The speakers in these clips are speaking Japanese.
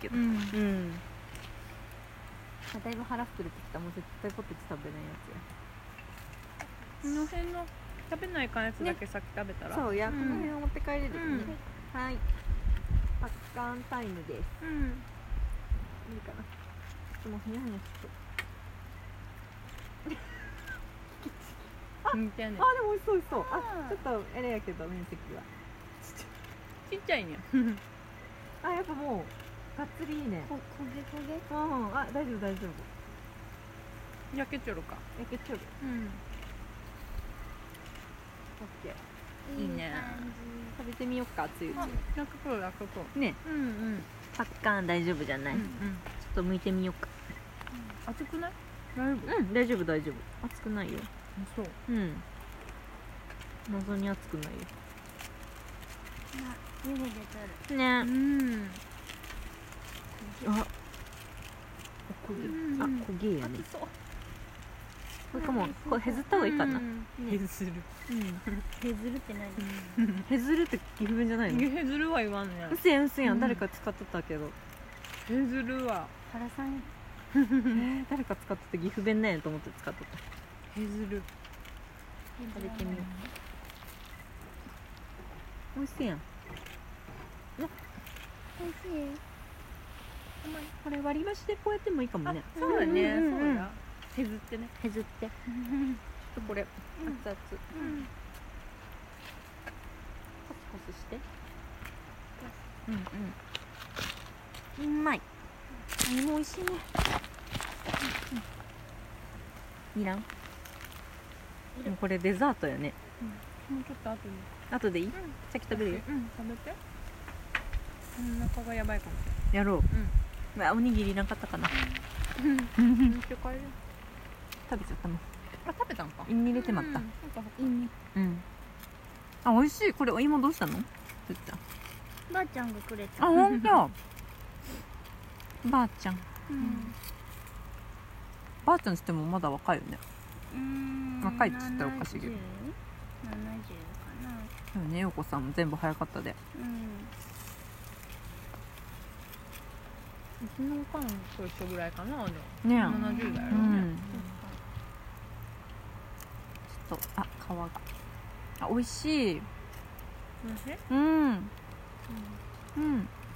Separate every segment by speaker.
Speaker 1: けど、
Speaker 2: う
Speaker 1: ま
Speaker 2: ん
Speaker 3: うん
Speaker 1: あだいぶ腹膨れてきたもう絶対ポテチ食べないや
Speaker 2: この辺の食べないかんやつだけ先食べた
Speaker 1: つ
Speaker 2: ら、
Speaker 1: やそうや
Speaker 2: う
Speaker 1: こ
Speaker 2: ん
Speaker 1: の辺を持って帰れるよね、はいパッカーンタイムです
Speaker 2: うん
Speaker 1: いいかなでもふにゃふにゃしそう
Speaker 2: 似てんねん
Speaker 1: あでも美味しそう美味しそう
Speaker 2: あ
Speaker 1: あ
Speaker 2: ー
Speaker 1: ちょっとあれやけど面積は
Speaker 2: ちっちゃいねん
Speaker 1: あやっぱもうがっつりいいね
Speaker 3: こ焦げ焦げ
Speaker 1: うんあ大丈夫大丈夫
Speaker 2: 焼けちょるか
Speaker 1: 焼けちゃう
Speaker 2: うん
Speaker 1: オッケー
Speaker 2: いいね
Speaker 3: 感
Speaker 1: 食べてみよっかつゆ
Speaker 2: あ楽そう楽そう
Speaker 1: ね
Speaker 2: うんうん
Speaker 1: パッカーン大丈夫じゃな
Speaker 2: う
Speaker 1: い、
Speaker 2: んう
Speaker 1: ちょ
Speaker 2: ん
Speaker 1: っと剥いてみようか
Speaker 2: 熱くない大丈夫
Speaker 1: うん大丈夫大丈夫熱くないよ
Speaker 2: そう
Speaker 1: うん謎に熱くない
Speaker 3: じまあ湯気で取る
Speaker 1: よね
Speaker 2: うん
Speaker 1: あおこげ、
Speaker 2: うん
Speaker 1: あ焦げやね
Speaker 2: 熱そう
Speaker 1: これかもこれ削った方がいいかな、
Speaker 2: 削る
Speaker 3: 削るって何
Speaker 1: 削るって岐阜弁じゃないの
Speaker 2: 削るは言わんね
Speaker 1: うせやんうせやん、
Speaker 2: うん
Speaker 1: 誰か使っとったけど、
Speaker 2: 削るは
Speaker 3: 原さん
Speaker 1: えー誰か使っとって岐阜弁なんやと思って使っとった
Speaker 2: 削る
Speaker 1: 食べてみようおいしいやん
Speaker 3: 美味しい
Speaker 1: これ割り箸でこうやってもいいかもね
Speaker 2: そうだね
Speaker 1: うんうん
Speaker 2: そ
Speaker 1: うん
Speaker 2: うだ削ってね
Speaker 1: 削ってちょっとこれ熱々、コス
Speaker 3: うん
Speaker 1: コスしてうんうんうまい
Speaker 3: 何も美味しいね
Speaker 1: いらんでもこれデザートよね
Speaker 2: もうちょっと後に
Speaker 1: 後でいい、さっき食べるよ
Speaker 2: うん食べてうんお腹がやばいかも
Speaker 1: やろう、
Speaker 2: ん
Speaker 1: まあおにぎりいらんかったかな、
Speaker 2: 持って帰る
Speaker 1: 食べちゃったの
Speaker 2: あ食べたんか
Speaker 1: 胃に入れてまった
Speaker 2: うんそっかそっか
Speaker 3: いいね
Speaker 1: うん、あ美味しいこれお芋どうしたのつっちゃん
Speaker 3: ばあちゃんがくれ
Speaker 1: あ
Speaker 3: た
Speaker 1: 本当。ばあちゃん
Speaker 3: うん
Speaker 1: ばあちゃんしてもまだ若いよね
Speaker 3: うん
Speaker 1: 若いっつったらおかしいけど
Speaker 3: 70 70かな
Speaker 1: でもねようこさんも全部早かったで
Speaker 3: うん
Speaker 2: うちのおかんと一緒ぐらいかなでも
Speaker 1: ねえ、
Speaker 3: ん
Speaker 2: 70だよ
Speaker 1: う
Speaker 2: ね
Speaker 1: んちょっとあ皮があ美味しい
Speaker 2: 美味しい
Speaker 1: うんうん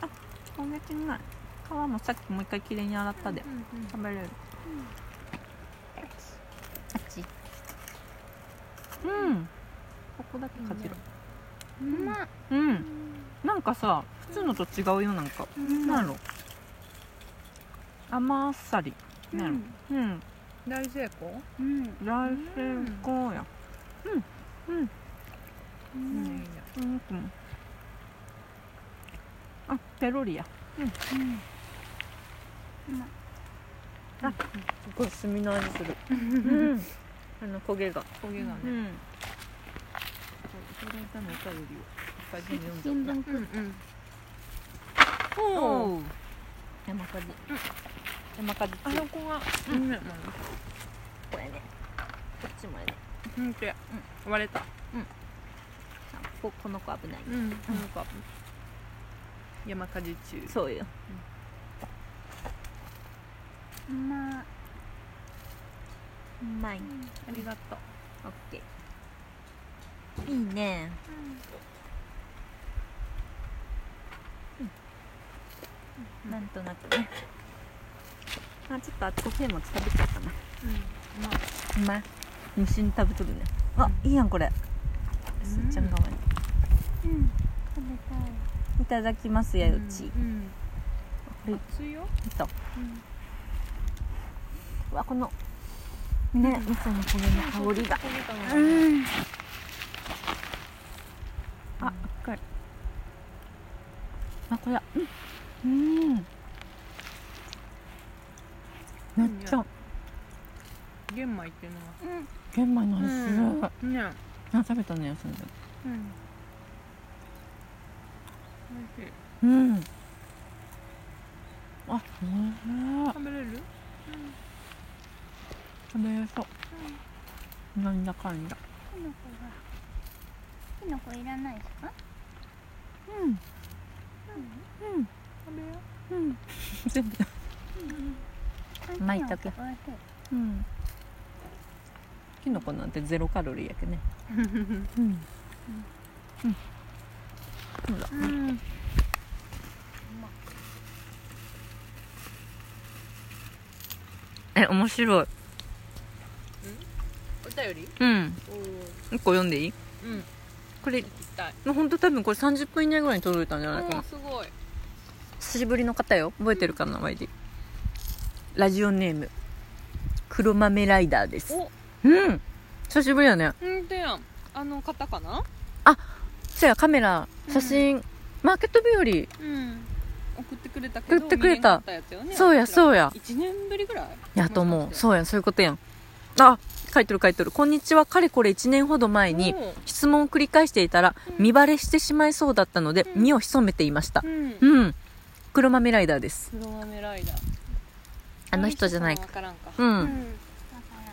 Speaker 1: あ焦げてない皮もさっきもう一回きれいに洗ったで
Speaker 2: うんうん
Speaker 1: 食べれるあっちうんここだけかじろ
Speaker 3: うまっ
Speaker 1: うんなんかさ普通のと違うよなんか
Speaker 3: うん
Speaker 1: なんやろ甘あっさりなんやろうん
Speaker 2: 大成功
Speaker 3: うん
Speaker 1: 大成功や
Speaker 3: う
Speaker 2: いいねいい
Speaker 3: ん
Speaker 2: ね
Speaker 1: うんうんあペロリや
Speaker 3: うまっ
Speaker 1: すごい炭の味するうんあの焦げが
Speaker 2: 焦げが
Speaker 1: う
Speaker 2: ね
Speaker 1: ん
Speaker 2: それたのお便りを最初に読
Speaker 3: 新
Speaker 2: んだ
Speaker 3: 聞
Speaker 2: うんう
Speaker 1: おう
Speaker 2: ん
Speaker 1: 山火事山火事
Speaker 2: あそこがいいね
Speaker 1: これねこっちもやね
Speaker 2: ほんとや割れた
Speaker 1: あこここの子危ない
Speaker 2: うんなんか山火事中
Speaker 1: そうよ
Speaker 3: うまっ
Speaker 1: うまい
Speaker 2: ありがとう
Speaker 1: オッケーいいねなんとなくねあちょっとあっちこせもち食べちゃったな
Speaker 2: うんまあ
Speaker 1: うまい無心に食べとるねあ
Speaker 2: う
Speaker 1: いいやんこれ
Speaker 2: ん
Speaker 1: すっちゃん側に
Speaker 3: うん食べたい
Speaker 1: いただきますやよち
Speaker 2: うん
Speaker 1: うん
Speaker 2: 熱いよ
Speaker 1: 見た
Speaker 2: うん
Speaker 1: うわこのね味噌の焦げの香りが
Speaker 2: 焦げたのが
Speaker 3: うん
Speaker 1: あ赤いあこれうんうんめっちゃ
Speaker 2: 玄米っていうの
Speaker 3: うん
Speaker 1: 玄米の味する、
Speaker 2: が
Speaker 1: あ
Speaker 2: うんね
Speaker 1: 食べたね休んで
Speaker 2: うん美味しい
Speaker 1: うんあおいしい
Speaker 2: 食べれる
Speaker 1: 食べれそうなんだかんだ
Speaker 3: きのこがきのこいらないですか
Speaker 1: うん
Speaker 3: うん
Speaker 1: うん
Speaker 2: 食べよう
Speaker 3: うん
Speaker 1: 全部だまいたけ
Speaker 3: 美味しい
Speaker 1: うんきのこなんてゼロカロリーやけ ねうんうんそうだ
Speaker 2: うん
Speaker 1: え面白い
Speaker 2: お便り
Speaker 1: うん
Speaker 2: おー
Speaker 1: 一個読んでいい
Speaker 2: うん
Speaker 1: これ
Speaker 2: 行きたい
Speaker 1: 本当多分これ30分以内ぐらいに届いたんじゃないかな
Speaker 2: おーすごい
Speaker 1: 久しぶりの方よ覚えてるかなワイディラジオネーム黒豆ライダーです
Speaker 2: お
Speaker 1: うん久しぶりやね
Speaker 2: うんでやんあの方かな
Speaker 1: そやカメラ写真、マーケット日
Speaker 2: うん送ってくれたけど
Speaker 1: 送ってくれた
Speaker 2: 見れなかったやつよね
Speaker 1: 和そうやそうや
Speaker 2: 1年ぶりぐらい
Speaker 1: やと思う
Speaker 2: う
Speaker 1: そうやそういうことやんあ書いてる書いてるこんにちはかれこれ1年ほど前に質問を繰り返していたら
Speaker 2: うん
Speaker 1: 見バレしてしまいそうだったので
Speaker 2: うん
Speaker 1: 身を潜めていました
Speaker 2: うん
Speaker 1: うん黒豆ライダーです
Speaker 2: 黒豆ライダー
Speaker 1: あの人じゃない
Speaker 2: か
Speaker 1: か
Speaker 2: わからんか
Speaker 1: う
Speaker 2: うん
Speaker 1: ん
Speaker 3: だから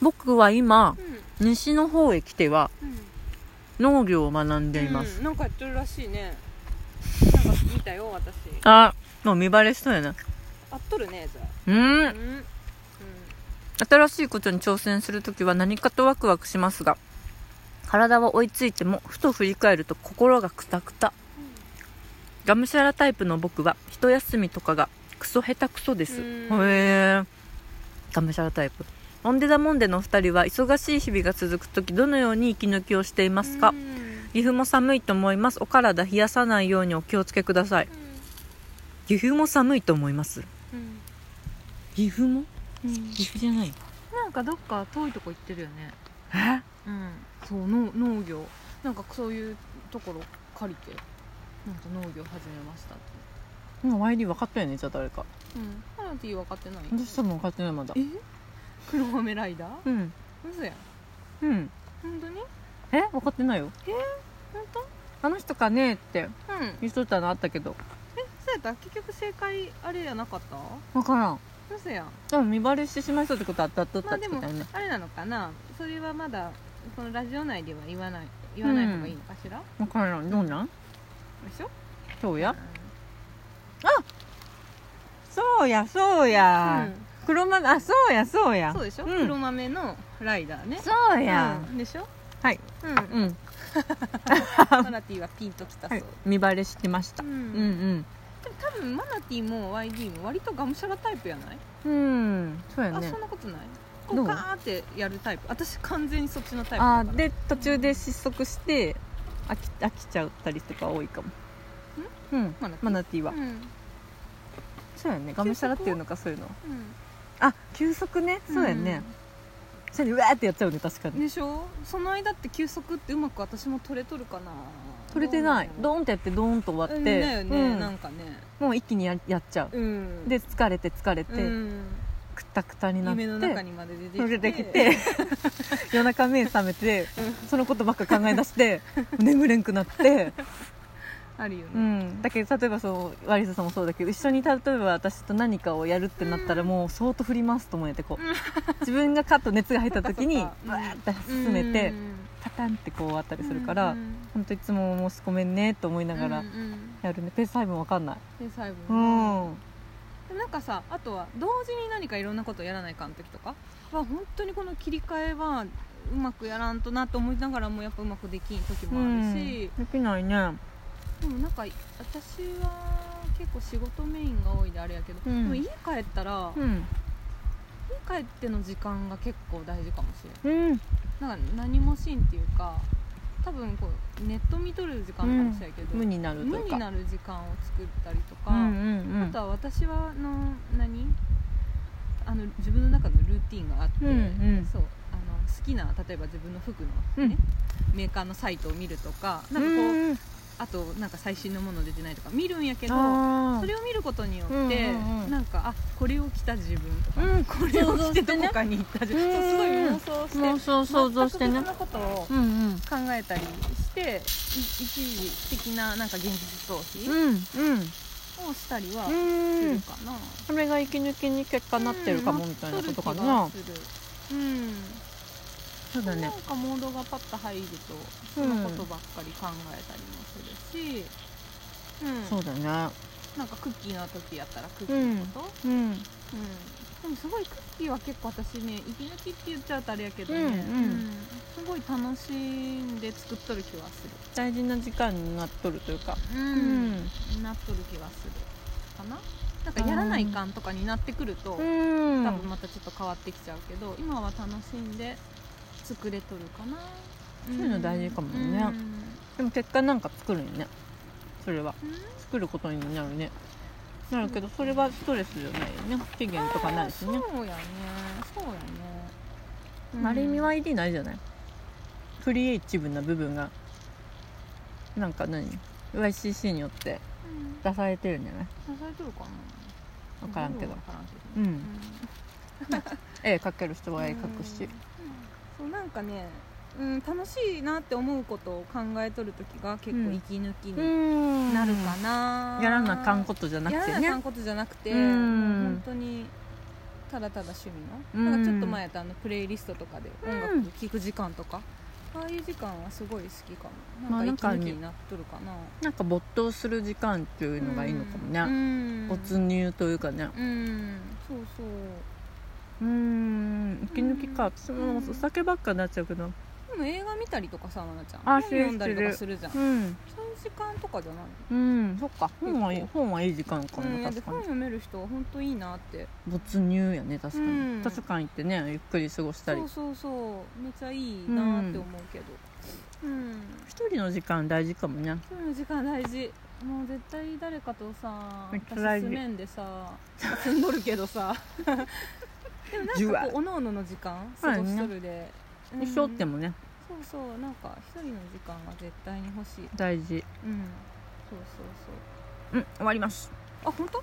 Speaker 1: 僕は今
Speaker 2: うん
Speaker 1: 西の方へ来ては農業を学んでいます、
Speaker 2: うんなんかやってるらしいねなんか見たよ私
Speaker 1: あもう見バレしそうやな
Speaker 2: あっとるねじゃ
Speaker 1: う
Speaker 2: あうんん
Speaker 1: 新しいことに挑戦するときは何かとワクワクしますが体は追いついてもふと振り返ると心がクタクタがむしゃらタイプの僕は一休みとかがクソ下手くそです
Speaker 2: う
Speaker 1: へ
Speaker 2: ん
Speaker 1: えがむしゃらタイプモンデダモンデのお二人は忙しい日々が続くときどのように息抜きをしていますか
Speaker 2: うん
Speaker 1: 岐阜も寒いと思いますお体冷やさないようにお気をつけください岐阜も寒いと思います
Speaker 2: うん
Speaker 1: 岐阜も
Speaker 2: うん
Speaker 1: 岐阜じゃない
Speaker 2: なんかどっか遠いとこ行ってるよね
Speaker 1: え
Speaker 2: うんそうの農業なんかそういうところ借りてなんか農業始めましたって
Speaker 1: 今 YD 分かったよねじゃあ誰か
Speaker 2: うんハナティ分かってない
Speaker 1: 私多分分かってないまだ
Speaker 2: え黒豆ライダー
Speaker 1: うん
Speaker 2: 嘘やん
Speaker 1: うん
Speaker 2: 本当に
Speaker 1: え分かってないよ
Speaker 2: 本当
Speaker 1: あの人かねって
Speaker 2: うん
Speaker 1: 言っとったのあったけど
Speaker 2: えそうやった結局正解あれやなかった
Speaker 1: 分からん
Speaker 2: 嘘やん
Speaker 1: でも見バレしてしまいそうってことあったあったあった
Speaker 2: まあ
Speaker 1: って
Speaker 2: で
Speaker 1: こ
Speaker 2: も
Speaker 1: とよね
Speaker 2: あれなのかなそれはまだこのラジオ内では言わない言わない方がいいのかしら、
Speaker 1: 分からんどうなん
Speaker 2: でしょ
Speaker 1: そうやそうやそうや、
Speaker 2: う
Speaker 1: 黒豆あそうやそうや
Speaker 2: ん、そうでしょ、
Speaker 1: うん
Speaker 2: 黒豆のライダーね
Speaker 1: そう
Speaker 2: う
Speaker 1: や
Speaker 2: ん、でしょ
Speaker 1: はい
Speaker 2: うん、
Speaker 1: うん、
Speaker 2: マナティはピンときたそう、
Speaker 1: はい見バレしてました
Speaker 2: う
Speaker 1: うんんうん
Speaker 2: でも多分マナティも YD も割とがむしゃらタイプやない、
Speaker 1: うんそうや
Speaker 2: あ
Speaker 1: ね
Speaker 2: そんなことないこ
Speaker 1: ど
Speaker 2: う
Speaker 1: う
Speaker 2: ガーってやるタイプ私完全にそっちのタイプだから
Speaker 1: あーで途中で失速して飽き飽きちゃったりとか多いかもうん
Speaker 2: マナティ
Speaker 1: マナティーは、
Speaker 2: うん、うん
Speaker 1: そうやねがむしゃらっていうのかそういうのはあ休息ねそうやね、それでうわーってやっちゃうね確かに、
Speaker 2: でしょその間って休息ってうまく私も取れとるかな
Speaker 1: 取れてないドーンってやってドーンと終わ
Speaker 2: う
Speaker 1: っ
Speaker 2: ん
Speaker 1: て、
Speaker 2: だよね、
Speaker 1: うん
Speaker 2: なんかね
Speaker 1: もう一気にややっちゃう、
Speaker 2: うん
Speaker 1: で疲れて疲れて、
Speaker 2: うん、
Speaker 1: くたくたになって
Speaker 2: 夢の中にまで出てき
Speaker 1: そ
Speaker 2: て
Speaker 1: れでき て夜中目覚めて、そのことばっか考え出 して眠れんくなって、
Speaker 2: あるよね、
Speaker 1: うん、だけど例えばそうワリスさんもそうだけど一緒に例えば私と何かをやるってなったらもう相当振りますと思えてこう、自分がカッと熱が入った時に
Speaker 2: そっ
Speaker 1: わ
Speaker 2: かそっか
Speaker 1: ーって進めて、
Speaker 2: うん
Speaker 1: パタンってこうあったりするから、
Speaker 2: うんうん
Speaker 1: 本当いつも申し込めんねと思いながら
Speaker 2: うんうん
Speaker 1: やるね、ペース配分わかんない
Speaker 2: で最後
Speaker 1: う
Speaker 2: に
Speaker 1: ん、
Speaker 2: でなんかさあとは同時に何かいろんなことやらないかん時とかは本当にこの切り替えはうまくやらんとなと思いながらもやっぱうまくできん時もあるし、
Speaker 1: できないね
Speaker 2: でもなんか私は結構仕事メインが多いであれやけど、
Speaker 1: うん
Speaker 2: でも家帰ったら、
Speaker 1: うん
Speaker 2: 家帰っての時間が結構大事かもしれん
Speaker 1: うん
Speaker 2: なんか何もしんっていうか多分こうネット見とる時間かもしれんけど、
Speaker 1: 無になるという
Speaker 2: 無
Speaker 1: か
Speaker 2: になる時間を作ったりとか、
Speaker 1: うんうんうん
Speaker 2: あとは私はあの何あの自分の中のルーティンがあって、
Speaker 1: うんうん
Speaker 2: そうあの好きな例えば自分の服
Speaker 1: う
Speaker 2: の、
Speaker 1: ん
Speaker 2: ねメーカーのサイトを見るとかなんかこう、
Speaker 1: うん
Speaker 2: あとなんか最新のもの出てないとか見るんやけど
Speaker 1: あー
Speaker 2: それを見ることによって、
Speaker 1: うんうんうん
Speaker 2: なんかあこれを着た自分とか、
Speaker 1: うん
Speaker 2: これを着て
Speaker 1: 想像して
Speaker 2: ど
Speaker 1: ね
Speaker 2: こかに行った自分、
Speaker 1: うん
Speaker 2: そうすごい妄想して
Speaker 1: 妄想想像してね
Speaker 2: 全く別のことを
Speaker 1: うんうん
Speaker 2: 考えたりしてい一時的ななんか現実逃避
Speaker 1: うん
Speaker 2: をしたりはす
Speaker 1: う
Speaker 2: る
Speaker 1: ん
Speaker 2: かな、
Speaker 1: それが息抜きに結果なってるかもみたいなことかな
Speaker 2: 取る気がするうん
Speaker 1: そうだ
Speaker 2: な
Speaker 1: ね
Speaker 2: んかモードがパッと入るとそのことばっかり考えたりもするしうん
Speaker 1: そうだね
Speaker 2: なんかクッキーの時やったらクッキーのこと、
Speaker 1: うん
Speaker 2: でもすごいクッキーは結構私ね息抜きって言っちゃうとあれやけどね、
Speaker 1: うんうん
Speaker 2: すごい楽しんで作っとる気はす
Speaker 1: 大事な時間になっとるというか
Speaker 2: る、
Speaker 1: う
Speaker 2: なっとる気はするかななんかやらないかんとかになってくる
Speaker 1: う
Speaker 2: と、
Speaker 1: ん
Speaker 2: 多分またちょっと変わってきちゃうけど今は楽しんで作れとるかな
Speaker 1: そういうの大事かもね
Speaker 2: うん
Speaker 1: でも結果なんか作るんよねそれは
Speaker 2: うん
Speaker 1: 作ることになるねなるけどそれはストレスじゃないよね期限とかないしね
Speaker 2: あーそうやねそうやね
Speaker 1: マリミ
Speaker 2: うん
Speaker 1: は ID ないじゃないクリエイティブな部分がなんか何 YCC によって
Speaker 2: うん
Speaker 1: 出されてるんじゃない
Speaker 2: 支えとるかな
Speaker 1: 分からんけど
Speaker 2: わからんけど
Speaker 1: うん絵描ける人は絵描くし
Speaker 2: そうなんかね、うん、楽しいなって思うことを考えとる時が結構息抜きに
Speaker 1: ん
Speaker 2: なるかな、
Speaker 1: やらなあかんことじゃな
Speaker 2: や
Speaker 1: く
Speaker 2: ら
Speaker 1: て
Speaker 2: なあか
Speaker 1: ね
Speaker 2: んことじゃなくて、
Speaker 1: うん
Speaker 2: もう本当にただただ趣味
Speaker 1: う
Speaker 2: の、
Speaker 1: ん
Speaker 2: なんかちょっと前やったあのプレイリストとかで
Speaker 1: ん
Speaker 2: 音楽聴く時間とか、ああいう時間はすごい好きか
Speaker 1: ま
Speaker 2: も
Speaker 1: あ
Speaker 2: なんか
Speaker 1: なん
Speaker 2: 息
Speaker 1: か
Speaker 2: 抜
Speaker 1: ね
Speaker 2: きになっとるかな、
Speaker 1: なんか没頭する時間っていうのがいいのかもね
Speaker 2: ね
Speaker 1: 没入というかね
Speaker 2: うんそうそう
Speaker 1: うん息抜きか私もお酒ばっかになっちゃうけど
Speaker 2: でも映画見たりとかさまなちゃん
Speaker 1: あ
Speaker 2: 本読んだりとか
Speaker 1: して
Speaker 2: するじゃん
Speaker 1: うん
Speaker 2: そういう時間とかじゃない
Speaker 1: うんそっか本はいい
Speaker 2: 結
Speaker 1: 本はいい時間か
Speaker 2: うんい
Speaker 1: も
Speaker 2: やで
Speaker 1: 確か
Speaker 2: 本
Speaker 1: に
Speaker 2: 読める人は本当いいなって
Speaker 1: 没入やね確か
Speaker 2: うん
Speaker 1: に図書館行ってねゆっくり過ごしたり
Speaker 2: そうそうそうめっちゃいいなって思うけどうん、
Speaker 1: 一人の時間大事かもね
Speaker 2: 今日の時間大事もう絶対誰かとさ
Speaker 1: めっちゃ大
Speaker 2: 私
Speaker 1: 事
Speaker 2: 住めんでさ住んどるけどさ でも
Speaker 1: じゅ
Speaker 2: な
Speaker 1: わ
Speaker 2: んかこうおのおのの時間過ごしとるで、うん
Speaker 1: 一緒ってもね
Speaker 2: そうそうなんか一人の時間は絶対に欲しい
Speaker 1: 大事
Speaker 2: うんそうそう
Speaker 1: う
Speaker 2: そう
Speaker 1: ん終わります
Speaker 2: あ本当？